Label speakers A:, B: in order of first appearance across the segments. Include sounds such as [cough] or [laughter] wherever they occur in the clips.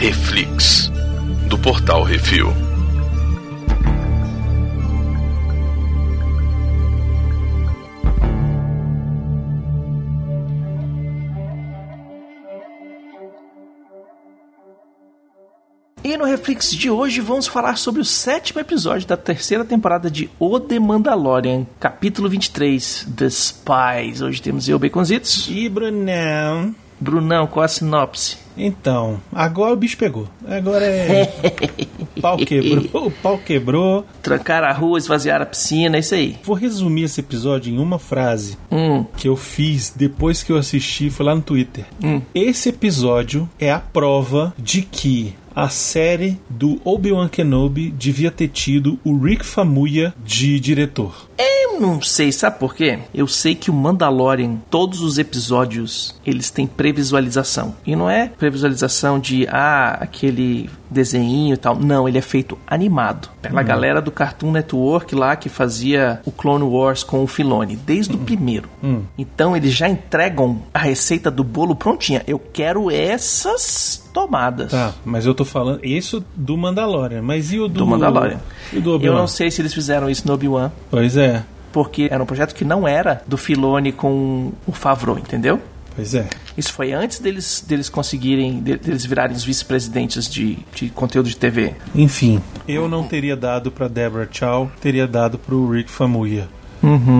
A: Reflix, do portal Refil.
B: E no Reflex de hoje vamos falar sobre o sétimo episódio da terceira temporada de O The Mandalorian, capítulo 23, The Spies. Hoje temos eu, Baconzitos.
C: E Brunão.
B: Brunão, qual a sinopse?
C: Então, agora o bicho pegou.
B: [laughs]
C: Agora é. o pau quebrou, o pau quebrou.
B: Trancaram a rua, esvaziaram a piscina, é isso aí.
C: Vou resumir esse episódio em uma frase
B: Hum.
C: que eu fiz depois que eu assisti, foi lá no Twitter.
B: Hum.
C: Esse episódio é a prova de que a série do Obi-Wan Kenobi devia ter tido o Rick Famuya de diretor.
B: Eu não sei, sabe por quê? Eu sei que o Mandalorian, todos os episódios, eles têm previsualização. E não é previsualização de, ah, aquele desenho e tal. Não, ele é feito animado. Pela
C: Uhum.
B: galera do Cartoon Network lá que fazia o Clone Wars com o Filone, desde
C: Uhum.
B: o primeiro. Então eles já entregam a receita do bolo prontinha. Eu quero essas tomadas.
C: Tá, mas eu tô falando isso do Mandalorian, mas e o do,
B: Do Mandalorian.
C: E do
B: Eu
C: Obi-Wan?
B: não sei se eles fizeram isso no Obi-Wan,
C: Pois é.
B: porque era um projeto que não era do Filone com o Favreau, entendeu?
C: Pois é.
B: Isso foi antes deles, deles conseguirem, de- deles virarem os vice-presidentes de, de conteúdo de TV.
C: Enfim, eu não teria dado pra Deborah Chow, teria dado pro Rick Famuyiwa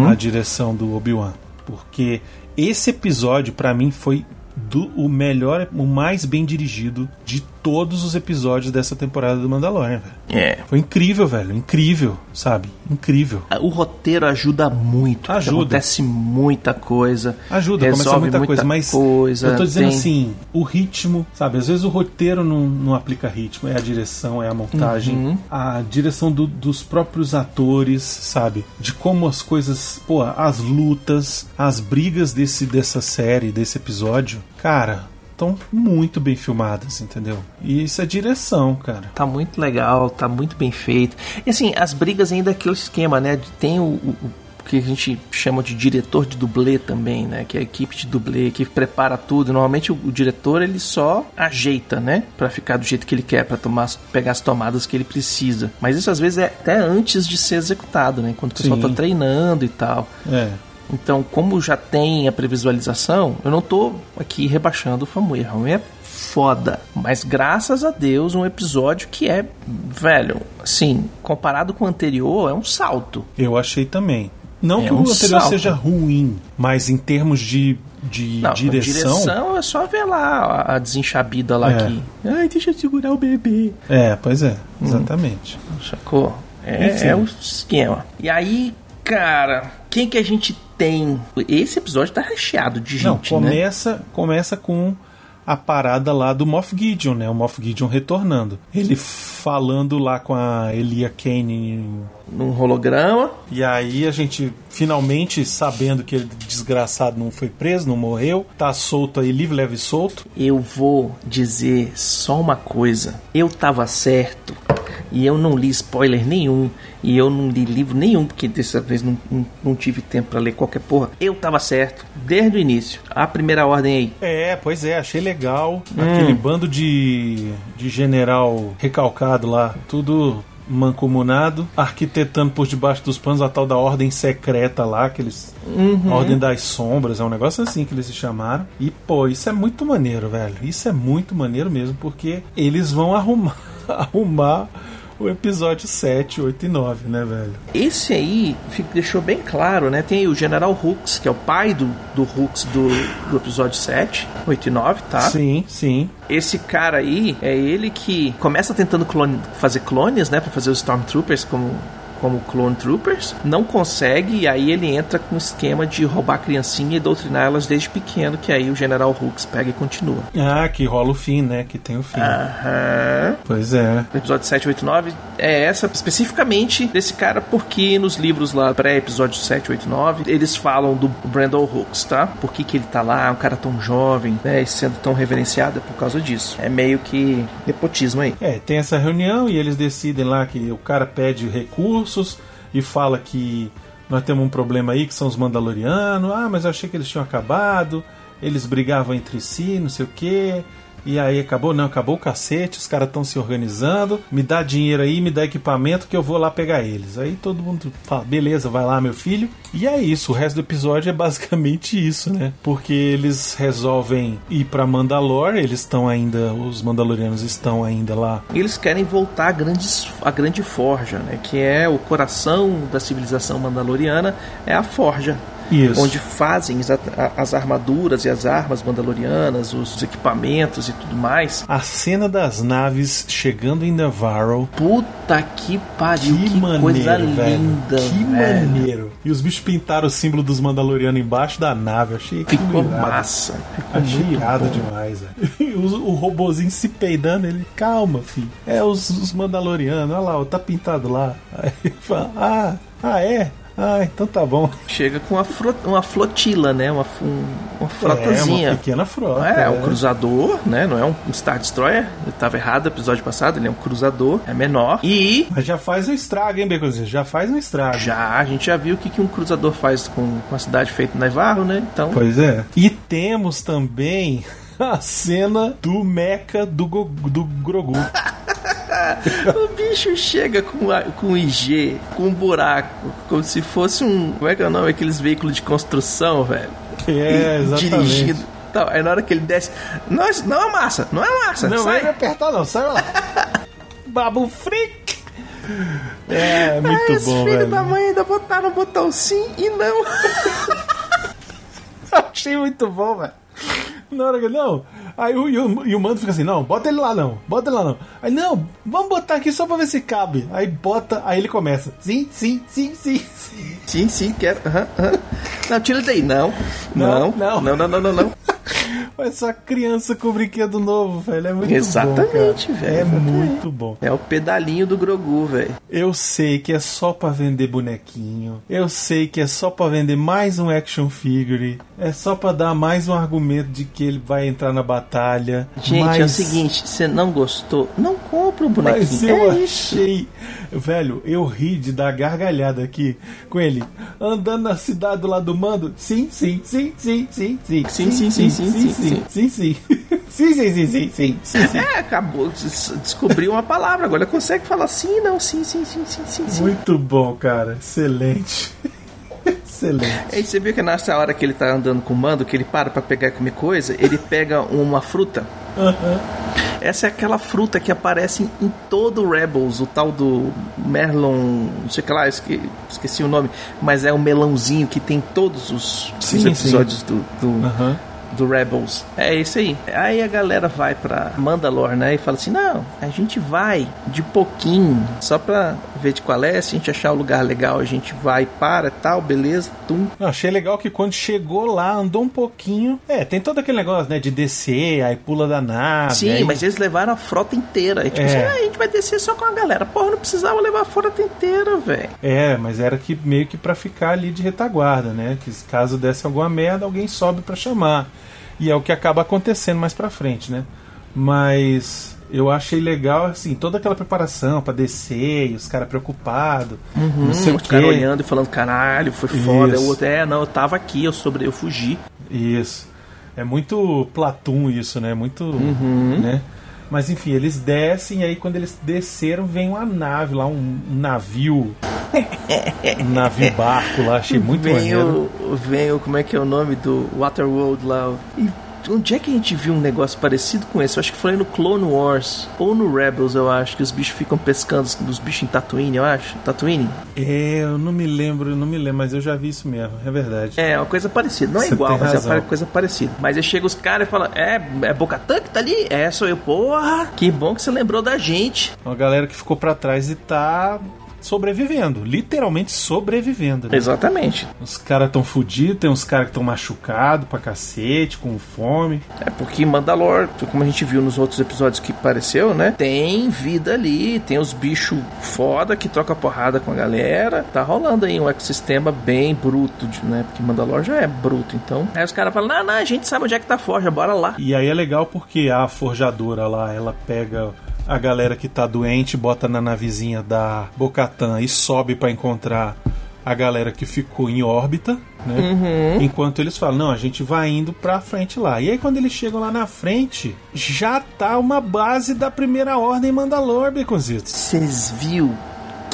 C: a direção do Obi-Wan, porque esse episódio pra mim foi do- o melhor, o mais bem dirigido de todos os episódios dessa temporada do Mandalorian, velho.
B: É.
C: Foi incrível, velho, incrível, sabe? Incrível.
B: O roteiro ajuda muito. porque
C: Ajuda.
B: Acontece muita coisa.
C: Ajuda,
B: resolve
C: começa muita, coisa, mas
B: coisa,
C: eu tô dizendo
B: tem-
C: assim, o ritmo, sabe? Às vezes o roteiro não, não aplica ritmo, é a direção, é a montagem,
B: Uhum.
C: a direção do- dos próprios atores, sabe? De como as coisas, pô, as lutas, as brigas desse dessa série, desse episódio, cara, estão muito bem filmadas, entendeu? E isso é direção, cara.
B: Tá muito legal, tá muito bem feito. E assim, as brigas ainda é aquele esquema, né? de- Tem o, o- o que a gente chama de diretor de dublê também, né? Que é a equipe de dublê que prepara tudo. Normalmente o, o diretor ele só ajeita, né? Pra ficar do jeito que ele quer, pra tomar, as- pegar as tomadas que ele precisa. Mas isso às vezes é até antes de ser executado, né? Quando o pessoal tá
C: Sim.
B: treinando e tal.
C: É.
B: Então, como já tem a previsualização, eu não tô aqui rebaixando o Famuir. Famuir é foda. Mas graças a Deus, um episódio que é, velho, assim, comparado com o anterior, é um salto.
C: Eu achei também. Não
B: É
C: que o
B: um
C: anterior
B: salto.
C: seja ruim, mas em termos de, de
B: Não,
C: direção.
B: direção é só ver lá a- a desenxabida lá
C: É.
B: aqui. Ai, deixa eu segurar o bebê.
C: É, pois é,
B: Hum.
C: exatamente.
B: Sacou?
C: Enfim.
B: É, é o esquema. E aí, cara, quem que a gente tem? Esse episódio tá recheado de
C: Não,
B: gente, né?
C: começa, começa com a parada lá do Moff Gideon, né? O Moff Gideon retornando. Ele falando lá com a Elia Kane.
B: Num holograma.
C: E aí a gente finalmente sabendo que ele desgraçado não foi preso, não morreu, tá solto aí, livre, leve e solto.
B: Eu vou dizer só uma coisa. Eu tava certo e eu não li spoiler nenhum e eu não li livro nenhum porque dessa vez não, não- não tive tempo pra ler qualquer porra. Eu tava certo desde o início. A primeira ordem aí.
C: É, pois é, achei legal. Aquele bando de, de general recalcado lá, tudo mancomunado, arquitetando por debaixo dos panos a tal da ordem secreta lá, que eles. a Ordem das sombras, é um negócio assim que eles se chamaram. E, pô, isso é muito maneiro, velho. Isso é muito maneiro mesmo, porque eles vão arrumar, [laughs] arrumar o episódio 7, 8 e 9, né, velho?
B: Esse aí fi- deixou bem claro, né? Tem aí o General Hux, que é o pai do, do Hux do, do episódio 7, 8 e 9, tá?
C: Sim, sim.
B: Esse cara aí é ele que começa tentando clone- fazer clones, né? Pra fazer os Stormtroopers como, como Clone Troopers. Não consegue, e aí ele entra com o esquema de roubar a criancinha e doutrinar elas desde pequeno. Que aí o General Hux pega e continua.
C: Ah, que rola o fim, né? Que tem o fim.
B: Ah. Aham.
C: Pois é.
B: O episódio 789 é essa especificamente desse cara, porque nos livros lá, pré-episódio 789, eles falam do Brandon Hooks, tá? Por que, que ele tá lá, um cara tão jovem, né? E sendo tão reverenciado é por causa disso. É meio que nepotismo aí.
C: É, tem essa reunião e eles decidem lá que o cara pede recursos e fala que nós temos um problema aí que são os Mandalorianos. Ah, mas eu achei que eles tinham acabado. Eles brigavam entre si, não sei o quê. E aí acabou, não, acabou o cacete, os caras estão se organizando, me dá dinheiro aí, me dá equipamento que eu vou lá pegar eles. Aí todo mundo fala, beleza, vai lá, meu filho. E é isso, o resto do episódio é basicamente isso, né? Porque eles resolvem ir pra Mandalore, eles estão ainda, os Mandalorianos estão ainda lá.
B: E eles querem voltar à grande, à grande forja, né? Que é o coração da civilização mandaloriana, é a forja.
C: Isso.
B: onde fazem as, as armaduras e as armas mandalorianas, os equipamentos e tudo mais.
C: A cena das naves chegando em Navarro.
B: Puta que pariu, que,
C: que maneiro,
B: coisa
C: velho.
B: linda.
C: que
B: velho.
C: maneiro. E os bichos pintaram o símbolo dos Mandalorianos embaixo da nave. Achei
B: Ficou
C: irado.
B: massa. Ficou
C: Achei
B: muito
C: irado
B: bom.
C: demais, velho. É [laughs] E o, o robozinho se peidando, ele, calma, filho. É os, os Mandalorianos, olha lá, ó, tá pintado lá. Aí ele fala, ah, ah é? Ah, então tá bom.
B: Chega com uma, fro- uma flotila, né? Uma, fu- uma
C: É, uma
B: [laughs] frotazinha.
C: pequena frota.
B: É, um cruzador, né? Não é um Star Destroyer. Eu tava errado no episódio passado. Ele é um cruzador, é menor. E
C: Mas já faz um estrago, hein, Becozinho? Já faz um estrago.
B: já, a gente já viu o que, que um cruzador faz com, com a cidade feita em Navarro, né? Então,
C: Pois é. E temos também [laughs] a cena do meca do, Go- do
B: [laughs]
C: Grogu. é.
B: O bicho chega com, a- com IG, com um buraco, como se fosse um. Como é que é o nome? Aqueles veículos de construção, velho.
C: Que é,
B: E
C: exatamente.
B: Dirigido. Então, aí na hora que ele desce. Não, isso não é massa, não é massa.
C: Não,
B: sai.
C: vai apertar não, sai lá. Babu Freak! É, muito
B: Os filhos
C: bom, velho.
B: Ah, da mãe ainda botaram o botão sim e não. [laughs]
C: Achei muito bom, velho. Na hora que não. Aí o, e o, e o mando fica assim, não, bota ele lá não, bota ele lá não. Aí, não, vamos botar aqui só pra ver se cabe. Aí bota, aí ele começa. Sim, sim, sim, sim, sim.
B: Sim, sim, quero. aham, aham. Não, tira daí. Não,
C: Não,
B: não,
C: não.
B: não, não, não, não, não.
C: Essa criança com brinquedo novo, velho. É muito bom. cara.
B: Exatamente, velho,
C: É
B: exatamente.
C: muito bom.
B: É o pedalinho do Grogu, velho.
C: Eu sei que é só pra vender bonequinho. Eu sei que é só pra vender mais um action figure. É só pra dar mais um argumento de que ele vai entrar na batalha.
B: Gente, é o
C: Mas-
B: seguinte: você não gostou, não compra o bonequinho.
C: Mas eu
B: é isso.
C: achei. Velho, eu ri de dar gargalhada aqui com ele. Andando na cidade do lado do mando. Sim, sim, sim, sim, sim, sim.
B: Sim, sim, sim, sim,
C: sim, sim, sim. Sim, sim, [laughs] sim, sim, sim, sim, sim, sim.
B: É, acabou, des- descobriu uma palavra, agora consegue falar sim, não, sim, sim, sim, sim, sim, sim.
C: Muito bom, cara. Excelente. [laughs] Excelente.
B: Aí você viu que nessa hora que ele tá andando com o mando, que ele para pra pegar e comer coisa,
C: [laughs]
B: ele pega uma fruta.
C: Aham.
B: Essa é aquela fruta que aparece em todo o Rebels, o tal do Merlon, não sei o que lá, esque- esqueci o nome, mas é o melãozinho que tem todos os, os
C: Sim, sim.
B: episódios do- do,
C: Aham.
B: do Rebels. É isso aí. Aí a galera vai pra Mandalore, né? E fala assim: não, a gente vai de pouquinho, só pra ver de qual é. Se a gente achar o lugar legal, a gente vai, para tal, beleza, tum.
C: Eu achei legal que quando chegou lá, andou um pouquinho. É, tem todo aquele negócio, né? De descer, aí pula da nave.
B: Sim,
C: aí-
B: mas eles levaram a frota inteira. E tipo
C: Ah,
B: assim,
C: É.
B: ah, a gente vai descer só com a galera. Porra, não precisava levar a frota inteira, velho.
C: É, mas era que meio que pra ficar ali de retaguarda, né? Que se caso desse alguma merda, alguém sobe pra chamar. E é o que acaba acontecendo mais pra frente, né? Mas eu achei legal, assim, toda aquela preparação pra descer, e os caras preocupados, não sei
B: Uhum.
C: o
B: Hum, Os caras
C: quê.
B: olhando e falando, caralho, foi foda.
C: Isso.
B: O outro, é, não, eu tava aqui, eu sobre, eu fugi.
C: Isso. É muito Platum isso, né? Muito. Né? Mas enfim, eles descem e aí quando eles desceram vem uma nave lá, um, um navio. um navio barco lá, achei muito
B: vem
C: maneiro.
B: o, vem o, como é que é o nome do Waterworld lá. o- E onde é que a gente viu um negócio parecido com esse? Eu acho que foi no Clone Wars ou no Rebels, eu acho, que os bichos ficam pescando, os- os bichos em Tatooine, eu acho. Tatooine?
C: É, eu não me lembro, eu não me lembro, mas eu já vi isso mesmo, é verdade.
B: É, uma coisa parecida. Não é
C: Você
B: igual,
C: tem
B: mas
C: razão.
B: é uma coisa parecida. Mas aí chega os caras e falam, é, é Bocatã que tá ali? É, sou eu. Porra, que bom que você lembrou da gente.
C: Uma galera que ficou pra trás e tá sobrevivendo, literalmente sobrevivendo. né?
B: Exatamente.
C: Os caras tão fudidos, tem uns caras que tão machucados pra cacete, com fome.
B: É porque Mandalor, como a gente viu nos outros episódios que pareceu, né? Tem vida ali, tem os bichos foda que troca porrada com a galera. Tá rolando aí um ecossistema bem bruto, de- né? Porque Mandalor já é bruto, então. Aí os caras falam: não, não, a gente sabe onde é que tá a forja, bora lá.
C: E aí é legal porque a forjadora lá, ela pega a galera que tá doente, bota na navezinha da Bocatã e sobe pra encontrar a galera que ficou em órbita, né? Enquanto eles falam, não, a gente vai indo pra frente lá. E aí quando eles chegam lá na frente, já tá uma base da primeira ordem Mandalor, Beconzitos.
B: Vocês viu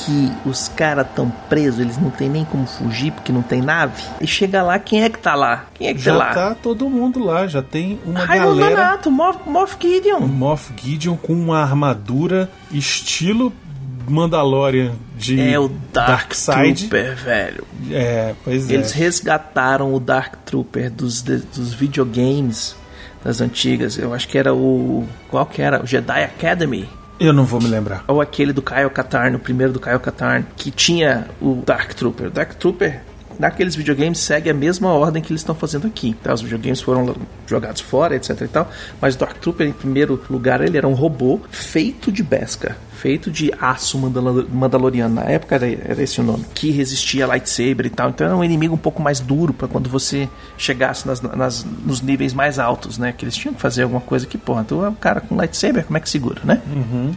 B: que os caras tão presos, eles não tem nem como fugir porque não tem nave? E chega lá, quem é que tá lá? Quem é que
C: Já
B: tá lá?
C: tá todo mundo lá, já tem uma
B: Raimundo
C: galera.
B: Nonato, Moff, Moff Gideon.
C: um Moff Gideon com uma armadura estilo Mandalorian de
B: É o Dark,
C: Side.
B: Trooper, velho.
C: É, pois
B: Eles
C: é.
B: resgataram o Dark Trooper dos, de- dos videogames das antigas. Eu acho que era o. Qual que era? O Jedi Academy.
C: Eu não vou me lembrar.
B: Ou aquele do Kyle Katarn, o primeiro do Kyle Katarn, que tinha o Dark Trooper. O Dark Trooper, naqueles videogames, segue a mesma ordem que eles estão fazendo aqui. Tá? Os videogames foram lo- jogados fora, etc e tal. Mas o Dark Trooper, em primeiro lugar, ele era um robô feito de Beskar. Feito de aço mandalo- mandaloriano. Na época era, era esse o nome. Que resistia a lightsaber e tal. Então era um inimigo um pouco mais duro para quando você chegasse nas, nas- nos níveis mais altos, né? Que eles tinham que fazer alguma coisa que, porra, tu é um cara com lightsaber, como é que segura, né?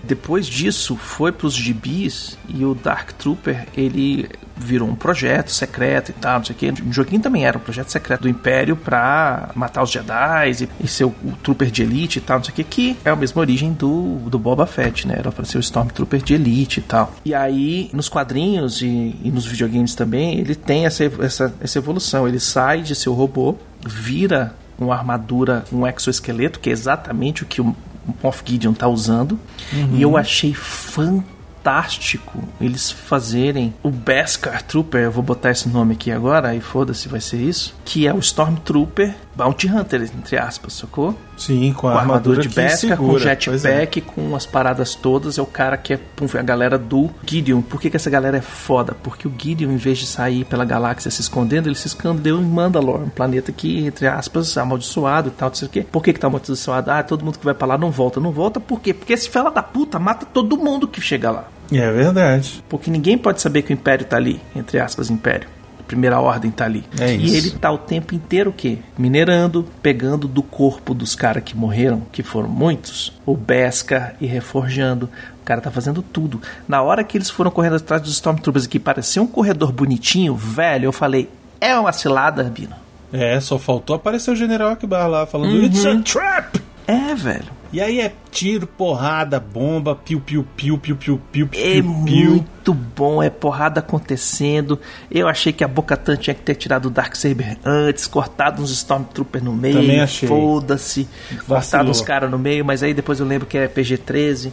B: Depois disso, foi pros gibis e o Dark Trooper, ele virou um projeto secreto e tal, não sei o quê. O joguinho também era um projeto secreto do Império pra matar os Jedi e, e ser o, o Trooper de elite e tal, não sei o quê, que é a mesma origem do, do Boba Fett, né? Era pra ser o Stormtrooper de elite e tal. E aí, nos quadrinhos e, e nos videogames também, ele tem essa, ev- essa, essa evolução. Ele sai de ser o robô, vira uma armadura, um exoesqueleto, que é exatamente o que o Moff Gideon tá usando. E eu achei fantástico eles fazerem o Beskar Trooper, eu vou botar esse nome aqui agora, e foda-se, vai ser isso, que é o Stormtrooper Bounty Hunter, entre aspas, sacou?
C: Sim, com a
B: com a
C: armadura,
B: armadura de
C: que
B: pesca, com
C: segura. Pois é.
B: jetpack, com as paradas todas, é o cara que é pum, a galera do Gideon. Por que, que essa galera é foda? Porque o Gideon, em vez de sair pela galáxia se escondendo, ele se escondeu em Mandalore, um planeta que, entre aspas, amaldiçoado e tal, não sei o quê. Por que, que tá amaldiçoado? Ah, todo mundo que vai pra lá não volta. Não volta por quê? Porque esse fela da puta mata todo mundo que chega lá.
C: É verdade.
B: Porque ninguém pode saber que o Império tá ali, entre aspas, Império. A Primeira Ordem tá ali.
C: É
B: e
C: isso.
B: ele tá o tempo inteiro o quê? Minerando, pegando do corpo dos caras que morreram, que foram muitos, o Besca e reforjando. O cara tá fazendo tudo. Na hora que eles foram correndo atrás dos Stormtroopers, que parecia um corredor bonitinho, velho, eu falei, é uma cilada, Bino.
C: É, só faltou aparecer o General Akbar lá falando
B: Uhum.
C: It's a trap!
B: É, velho.
C: E aí é tiro, porrada, bomba, piu, piu, piu, piu, piu, piu,
B: É
C: piu, piu.
B: muito bom, é porrada acontecendo. Eu achei que a Boca Tan tinha que ter tirado o Dark Saber antes, cortado uns Stormtroopers no meio.
C: Também achei.
B: Foda-se. Cortado
C: Vacilou.
B: uns caras no meio, mas aí depois eu lembro que é PG-13.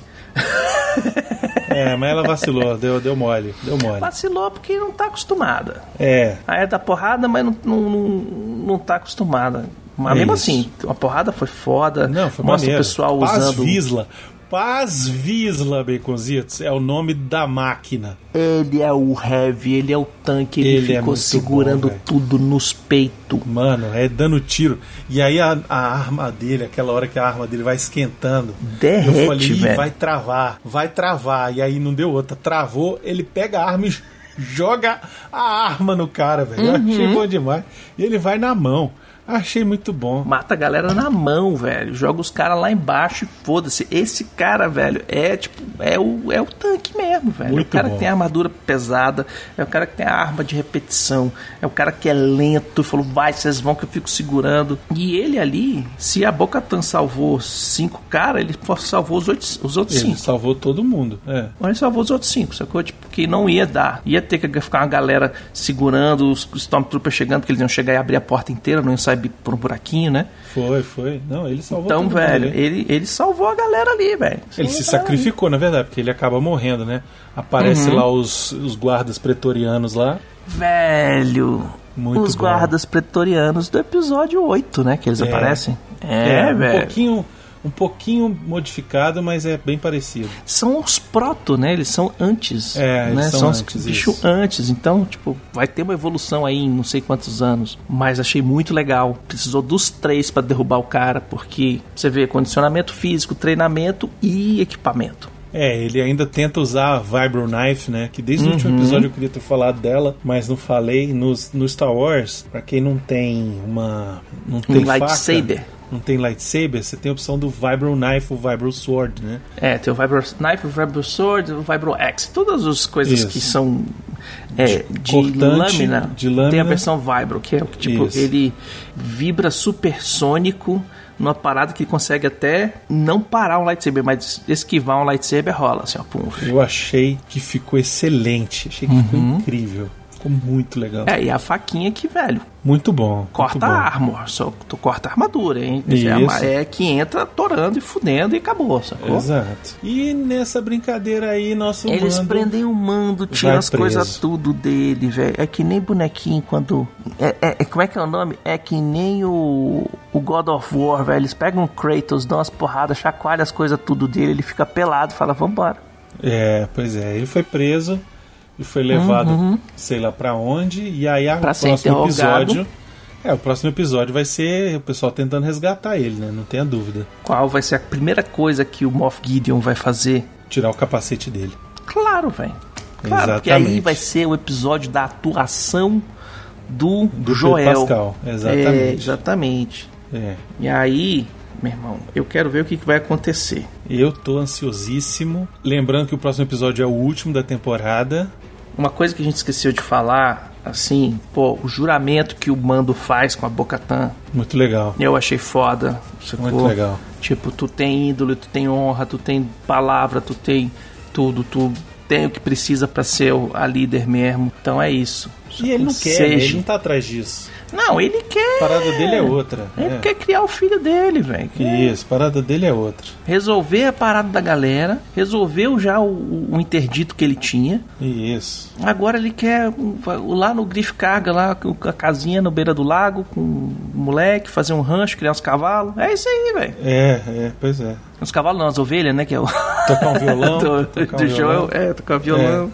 C: É, mas ela vacilou, deu, deu mole, deu mole.
B: Vacilou porque não tá acostumada.
C: É,
B: Aí é da porrada, mas não, não, não, não tá acostumada. Mas
C: É
B: mesmo
C: isso.
B: assim, a porrada foi foda.
C: não,
B: Mostra
C: foi maneiro.
B: o pessoal
C: Paz
B: usando.
C: Visla. Paz Visla, Baconzitos, é o nome da máquina.
B: Ele é o heavy, ele é o tanque, ele,
C: Ele
B: ficou
C: é muito bom,
B: segurando
C: velho.
B: tudo nos peitos.
C: Mano, é dando tiro. E aí a, a arma dele, aquela hora que a arma dele vai esquentando.
B: Derrete,
C: eu falei, "Ih,
B: velho."
C: vai travar, vai travar. E aí não deu outra. Travou, ele pega a arma e joga a arma no cara, velho. Eu Achei bom demais. E ele vai na mão. Achei muito bom.
B: Mata a galera na mão, velho. Joga os caras lá embaixo e foda-se. Esse cara, velho, é tipo, é o, é o tanque mesmo, velho. é o
C: Muito
B: cara
C: bom.
B: que tem a armadura pesada, é o cara que tem a arma de repetição, é o cara que é lento, falou, vai, vocês vão que eu fico segurando. E ele ali, se a Boca Tan salvou cinco caras, ele salvou os, oito, os outros
C: Ele
B: cinco.
C: salvou todo mundo. É.
B: Mas salvou os outros cinco, sacou? Tipo, que não ia dar. Ia ter que ficar uma galera segurando, os Stormtroopers chegando, porque eles iam chegar e abrir a porta inteira, não iam sair por um buraquinho, né?
C: Foi, foi. Não, ele salvou
B: Então,
C: todo
B: velho,
C: mundo. né?
B: ele, ele salvou a galera ali, velho.
C: Ele
B: Salvou
C: se
B: a galera ali.
C: sacrificou, na verdade, porque ele acaba morrendo, né? Aparece
B: Uhum.
C: lá os, os guardas pretorianos lá.
B: Velho.
C: Muito
B: os
C: bom.
B: guardas pretorianos do episódio 8, né? Que eles
C: É.
B: aparecem. É,
C: um
B: velho.
C: pouquinho, um pouquinho modificado, mas é bem parecido.
B: São os proto, né? Eles são antes.
C: É, eles
B: né?
C: são
B: os
C: antes,
B: bicho
C: isso.
B: antes. Então, tipo, vai ter uma evolução aí em não sei quantos anos. Mas achei muito legal. Precisou dos três pra derrubar o cara, porque você vê condicionamento físico, treinamento e equipamento.
C: É, ele ainda tenta usar a Vibro Knife, né? Que desde o
B: Uhum.
C: último episódio eu queria ter falado dela, mas não falei. No, no Star Wars, pra quem não tem uma. Não tem faca,
B: Um lightsaber.
C: Não tem lightsaber, você tem a opção do Vibro Knife ou Vibro Sword, né?
B: É, tem o Vibro Knife, o Vibro Sword, o Vibro Axe. Todas as coisas
C: Isso.
B: que são É, de
C: Cortante,
B: lâmina,
C: de lâmina.
B: Tem a versão Vibro, que é o que tipo,
C: Isso.
B: ele vibra supersônico numa parada que ele consegue até não parar um lightsaber, mas esquivar um lightsaber rola, assim, ó, pum.
C: Eu achei que ficou excelente. Achei que ficou incrível. Ficou muito legal.
B: Uhum. É, e a faquinha que, velho,
C: Muito bom. muito
B: corta
C: bom.
B: a arma, só tu corta a armadura, hein? Quer dizer, É, uma-
C: Isso.
B: é que entra torando e fudendo e acabou, sacou?
C: Exato. E nessa brincadeira aí, nosso
B: Eles
C: mando-
B: prendem o mando,
C: vai
B: tiram as
C: preso.
B: coisas tudo dele, velho. É que nem bonequinho quando. É, é- é- como é que é o nome? É que nem o, o God of War, velho. Eles pegam o Kratos, dão umas porradas, chacoalham as coisas tudo dele, ele fica pelado, fala, vambora.
C: É, pois é. Ele foi preso e foi levado, sei lá pra onde. E aí, a- o
B: Uhum. Pra ser
C: próximo
B: interrogado.
C: episódio. É, o próximo episódio vai ser o pessoal tentando resgatar ele, né? Não tenha dúvida.
B: Qual vai ser a primeira coisa que o Moff Gideon vai fazer?
C: Tirar o capacete dele.
B: Claro, velho. Claro, porque aí
C: Exatamente.
B: vai ser o episódio da atuação do,
C: Pedro
B: Joel.
C: Pascal, exatamente.
B: É, exatamente.
C: É.
B: E aí, meu irmão, eu quero ver o que, que vai acontecer.
C: Eu tô ansiosíssimo. Lembrando que o próximo episódio é o último da temporada.
B: Uma coisa que a gente esqueceu de falar, assim, pô, o juramento que o Mando faz com a Bocatan,
C: Muito legal.
B: eu achei foda. sacou?
C: Muito legal.
B: Tipo, tu tem ídolo, tu tem honra, tu tem palavra, tu tem tudo, tu tem o que precisa pra ser o- a líder mesmo. Então é isso.
C: E ele não quer, né?
B: Seja-
C: ele não tá atrás disso.
B: Não, ele quer.
C: A parada dele é outra.
B: Ele
C: é.
B: quer criar o filho dele, velho. Quer
C: Isso, a parada dele é outra.
B: Resolver a parada da galera. Resolveu já o- o interdito que ele tinha.
C: Isso.
B: Agora ele quer um- vai- lá no Griff Carga, lá com a casinha na beira do lago, com o moleque, fazer um rancho, criar uns cavalos. É isso aí, velho.
C: É, é, pois é.
B: Uns cavalos não, as ovelhas, né? Que é o.
C: Tocar
B: [laughs]
C: um violão.
B: do
C: tocar um
B: do Joel,
C: violão.
B: é, tocar violão.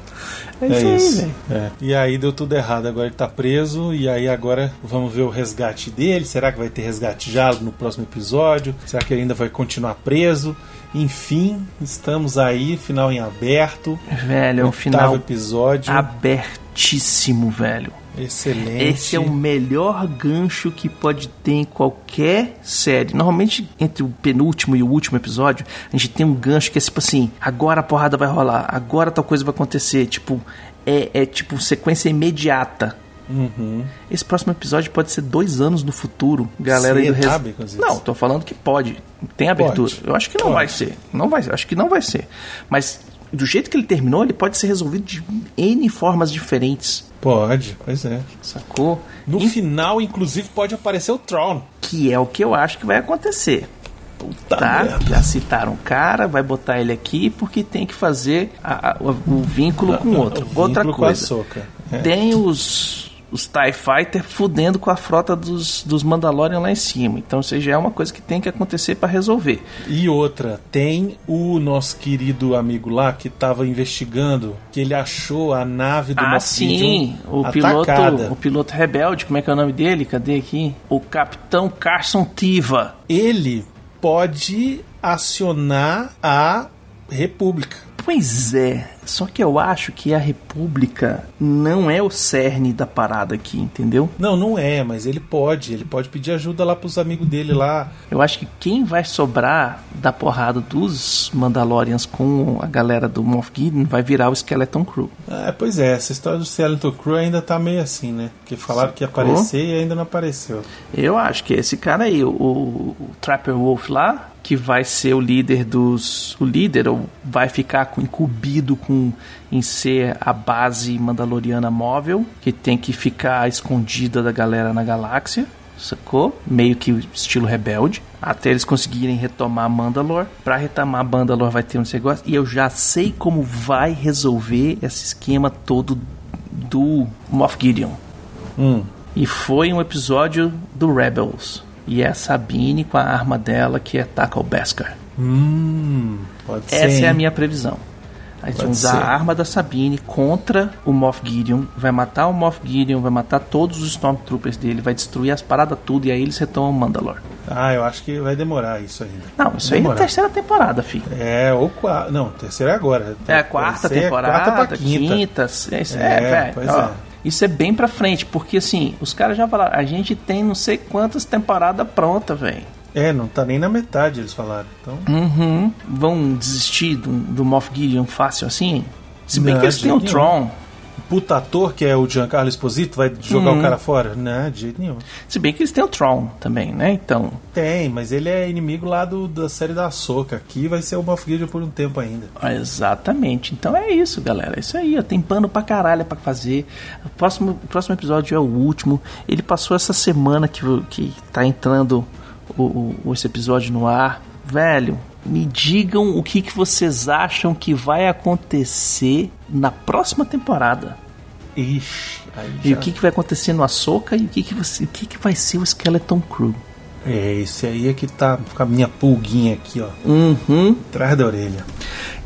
B: É,
C: É
B: isso,
C: isso.
B: aí, velho.
C: é. E aí deu tudo errado, agora ele tá preso, e aí agora vamos ver o resgate dele. Será que vai ter resgate já no próximo episódio? Será que ele ainda vai continuar preso? Enfim, estamos aí, final em aberto.
B: Velho, é um
C: Oitavo
B: final
C: episódio.
B: abertíssimo, velho.
C: Excelente.
B: Esse é o melhor gancho que pode ter em qualquer série. Normalmente, entre o penúltimo e o último episódio, a gente tem um gancho que é tipo assim: agora a porrada vai rolar, agora tal coisa vai acontecer. Tipo, é, é tipo sequência imediata.
C: Uhum.
B: Esse próximo episódio pode ser dois anos no futuro, galera.
C: Você
B: aí do res-
C: sabe, Cozis?
B: Não, tô falando que pode. Tem abertura.
C: Pode.
B: Eu acho que não
C: Pode.
B: vai ser. Não vai, acho que não vai ser. Mas do jeito que ele terminou, ele pode ser resolvido de N formas diferentes.
C: Pode, pois é.
B: Sacou?
C: No
B: Em-
C: final, inclusive, pode aparecer o Tron.
B: que é o que eu acho que vai acontecer.
C: Puta
B: tá?
C: merda.
B: Já citaram o cara, vai botar ele aqui porque tem que fazer a- a- o, o vínculo com o outro.
C: O
B: Outra
C: vínculo com a
B: coisa.
C: Ahsoka. É.
B: Tem os os TIE Fighter fudendo com a frota dos, dos Mandalorian lá em cima. Então, ou seja, é uma coisa que tem que acontecer pra resolver.
C: E outra, tem o nosso querido amigo lá que tava investigando, que ele achou a nave do
B: Ah,
C: Moff
B: sim!
C: Gideon
B: O piloto,
C: atacada.
B: o piloto rebelde, como é que é o nome dele? Cadê aqui? O Capitão Carson Tiva.
C: Ele pode acionar a República.
B: Pois é, só que eu acho que a República não é o cerne da parada aqui, entendeu?
C: Não, não é, mas ele pode. Ele pode pedir ajuda lá pros amigos dele lá.
B: Eu acho que quem vai sobrar da porrada dos Mandalorians com a galera do Moff Gideon vai virar o Skeleton Crew.
C: Ah, pois é, essa história do Silent Crew ainda tá meio assim, né? Porque falaram que ia aparecer e ainda não apareceu.
B: Eu acho que é esse cara aí, o, o Trapper Wolf lá, que vai ser o líder dos... O líder ou vai ficar com, incumbido com, em ser a base mandaloriana móvel, que tem que ficar escondida da galera na galáxia, sacou? Meio que o estilo rebelde. Até eles conseguirem retomar Mandalor. Pra retomar Mandalor vai ter um negócio. E eu já sei como vai resolver esse esquema todo do Moff Gideon.
C: Hum.
B: E foi um episódio do Rebels. E é a Sabine com a arma dela que é ataca o Beskar.
C: Hum, pode ser.
B: Essa é a
C: hein?
B: minha previsão. A gente vai
C: Pode
B: usar
C: ser.
B: a arma da Sabine contra o Moff Gideon. Vai matar o Moff Gideon, vai matar todos os Stormtroopers dele, vai destruir as paradas tudo e aí eles retomam Mandalor.
C: Ah, eu acho que vai demorar isso ainda.
B: Não, isso aí é a
C: Demorar.
B: terceira temporada, filho.
C: É, ou quarta. Não, terceira é agora.
B: É a quarta
C: Terceira é
B: temporada, tá
C: Quarta pra
B: quinta.
C: quinta.
B: se- isso-
C: É,
B: é, velho,
C: pois
B: ó,
C: é.
B: Isso é bem pra frente, porque assim, os caras já falaram, a gente tem não sei quantas temporadas pronta, velho.
C: É, não tá nem na metade, eles falaram. Então,
B: Uhum. Vão desistir do, do Moff Gideon fácil assim? Se bem
C: Não,
B: que eles
C: de
B: têm o
C: jeito
B: Tron.
C: puta ator que é o Giancarlo Esposito vai jogar
B: Uhum.
C: o cara fora? Não, de jeito nenhum.
B: Se bem que eles têm o Tron também, né? Então,
C: Tem, mas ele é inimigo lá do, da série da Soca. Aqui vai ser o Moff Gideon por um tempo ainda.
B: Exatamente. Então é isso, galera. É isso aí. Ó. Tem pano pra caralho pra fazer. O próximo, o próximo episódio é o último. Ele passou essa semana que, que tá entrando o, o- esse episódio no ar. Velho, me digam o que, que vocês acham que vai acontecer na próxima temporada.
C: Ixi, aí
B: E
C: já...
B: o que, que vai acontecer no Ahsoka e o que, que, você, o que, que vai ser o Skeleton Crew.
C: É, esse aí é que tá com a minha pulguinha aqui, ó.
B: Uhum.
C: Atrás da orelha.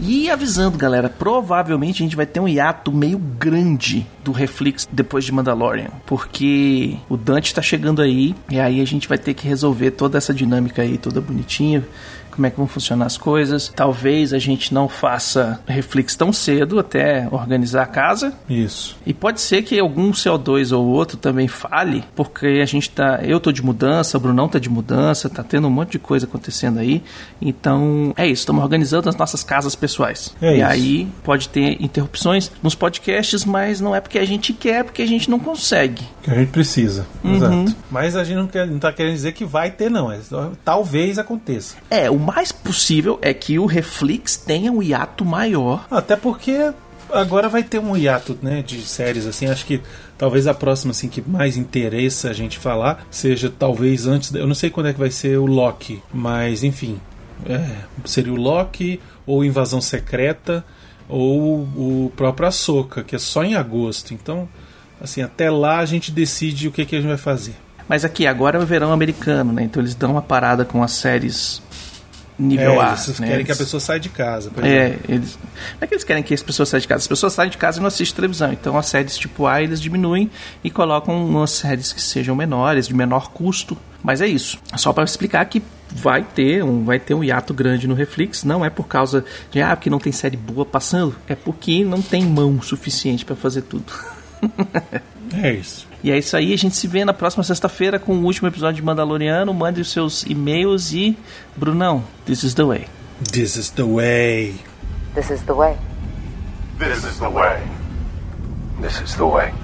B: E avisando, galera, provavelmente a gente vai ter um hiato meio grande do Reflex depois de Mandalorian, porque o Dante tá chegando aí, e aí a gente vai ter que resolver toda essa dinâmica aí, toda bonitinha, como é que vão funcionar as coisas. Talvez a gente não faça Reflex tão cedo até organizar a casa,
C: Isso.
B: e pode ser que algum CO2 ou outro também fale, porque a gente tá. Eu tô de mudança, o Brunão tá de mudança, tá tendo um monte de coisa acontecendo aí. Então é isso, estamos organizando as nossas casas pessoais.
C: É
B: e
C: isso.
B: aí pode ter interrupções nos podcasts, mas não é porque a gente quer, é porque a gente não consegue.
C: Que a gente precisa.
B: Uhum.
C: Exato. Mas a gente não, quer, não tá querendo dizer que vai ter, não. É só- talvez aconteça.
B: É, o mais possível é que o Reflex tenha um hiato maior.
C: Até porque agora vai ter um hiato, né, de séries assim. Acho que talvez a próxima assim que mais interessa a gente falar seja talvez antes, da- eu não sei quando é que vai ser o Loki, mas enfim, é, seria o Loki ou Invasão Secreta ou o próprio Ahsoka, que é só em agosto. Então, assim, até lá a gente decide o que que a gente vai fazer.
B: Mas aqui, agora é o verão americano, né? Então eles dão uma parada com as séries nível
C: é,
B: A.
C: eles
B: né?
C: querem que a
B: Eles-
C: pessoa saia de casa, por exemplo.
B: É, eles. Não é que eles querem que as pessoas saiam de casa, as pessoas saem de casa e não assistem televisão. Então as séries tipo A eles diminuem e colocam umas séries que sejam menores, de menor custo. Mas é isso. Só para explicar que vai ter um vai ter um hiato grande no Reflex, não é por causa de ah, porque não tem série boa passando, é porque não tem mão suficiente para fazer tudo. [laughs]
C: É isso.
B: E é isso aí, a gente se vê na próxima sexta-feira com o último episódio de Mandaloriano. Mande os seus e-mails e Brunão, this is the way.
C: This is the way.
D: This is the way.
A: This is the way. This is the way.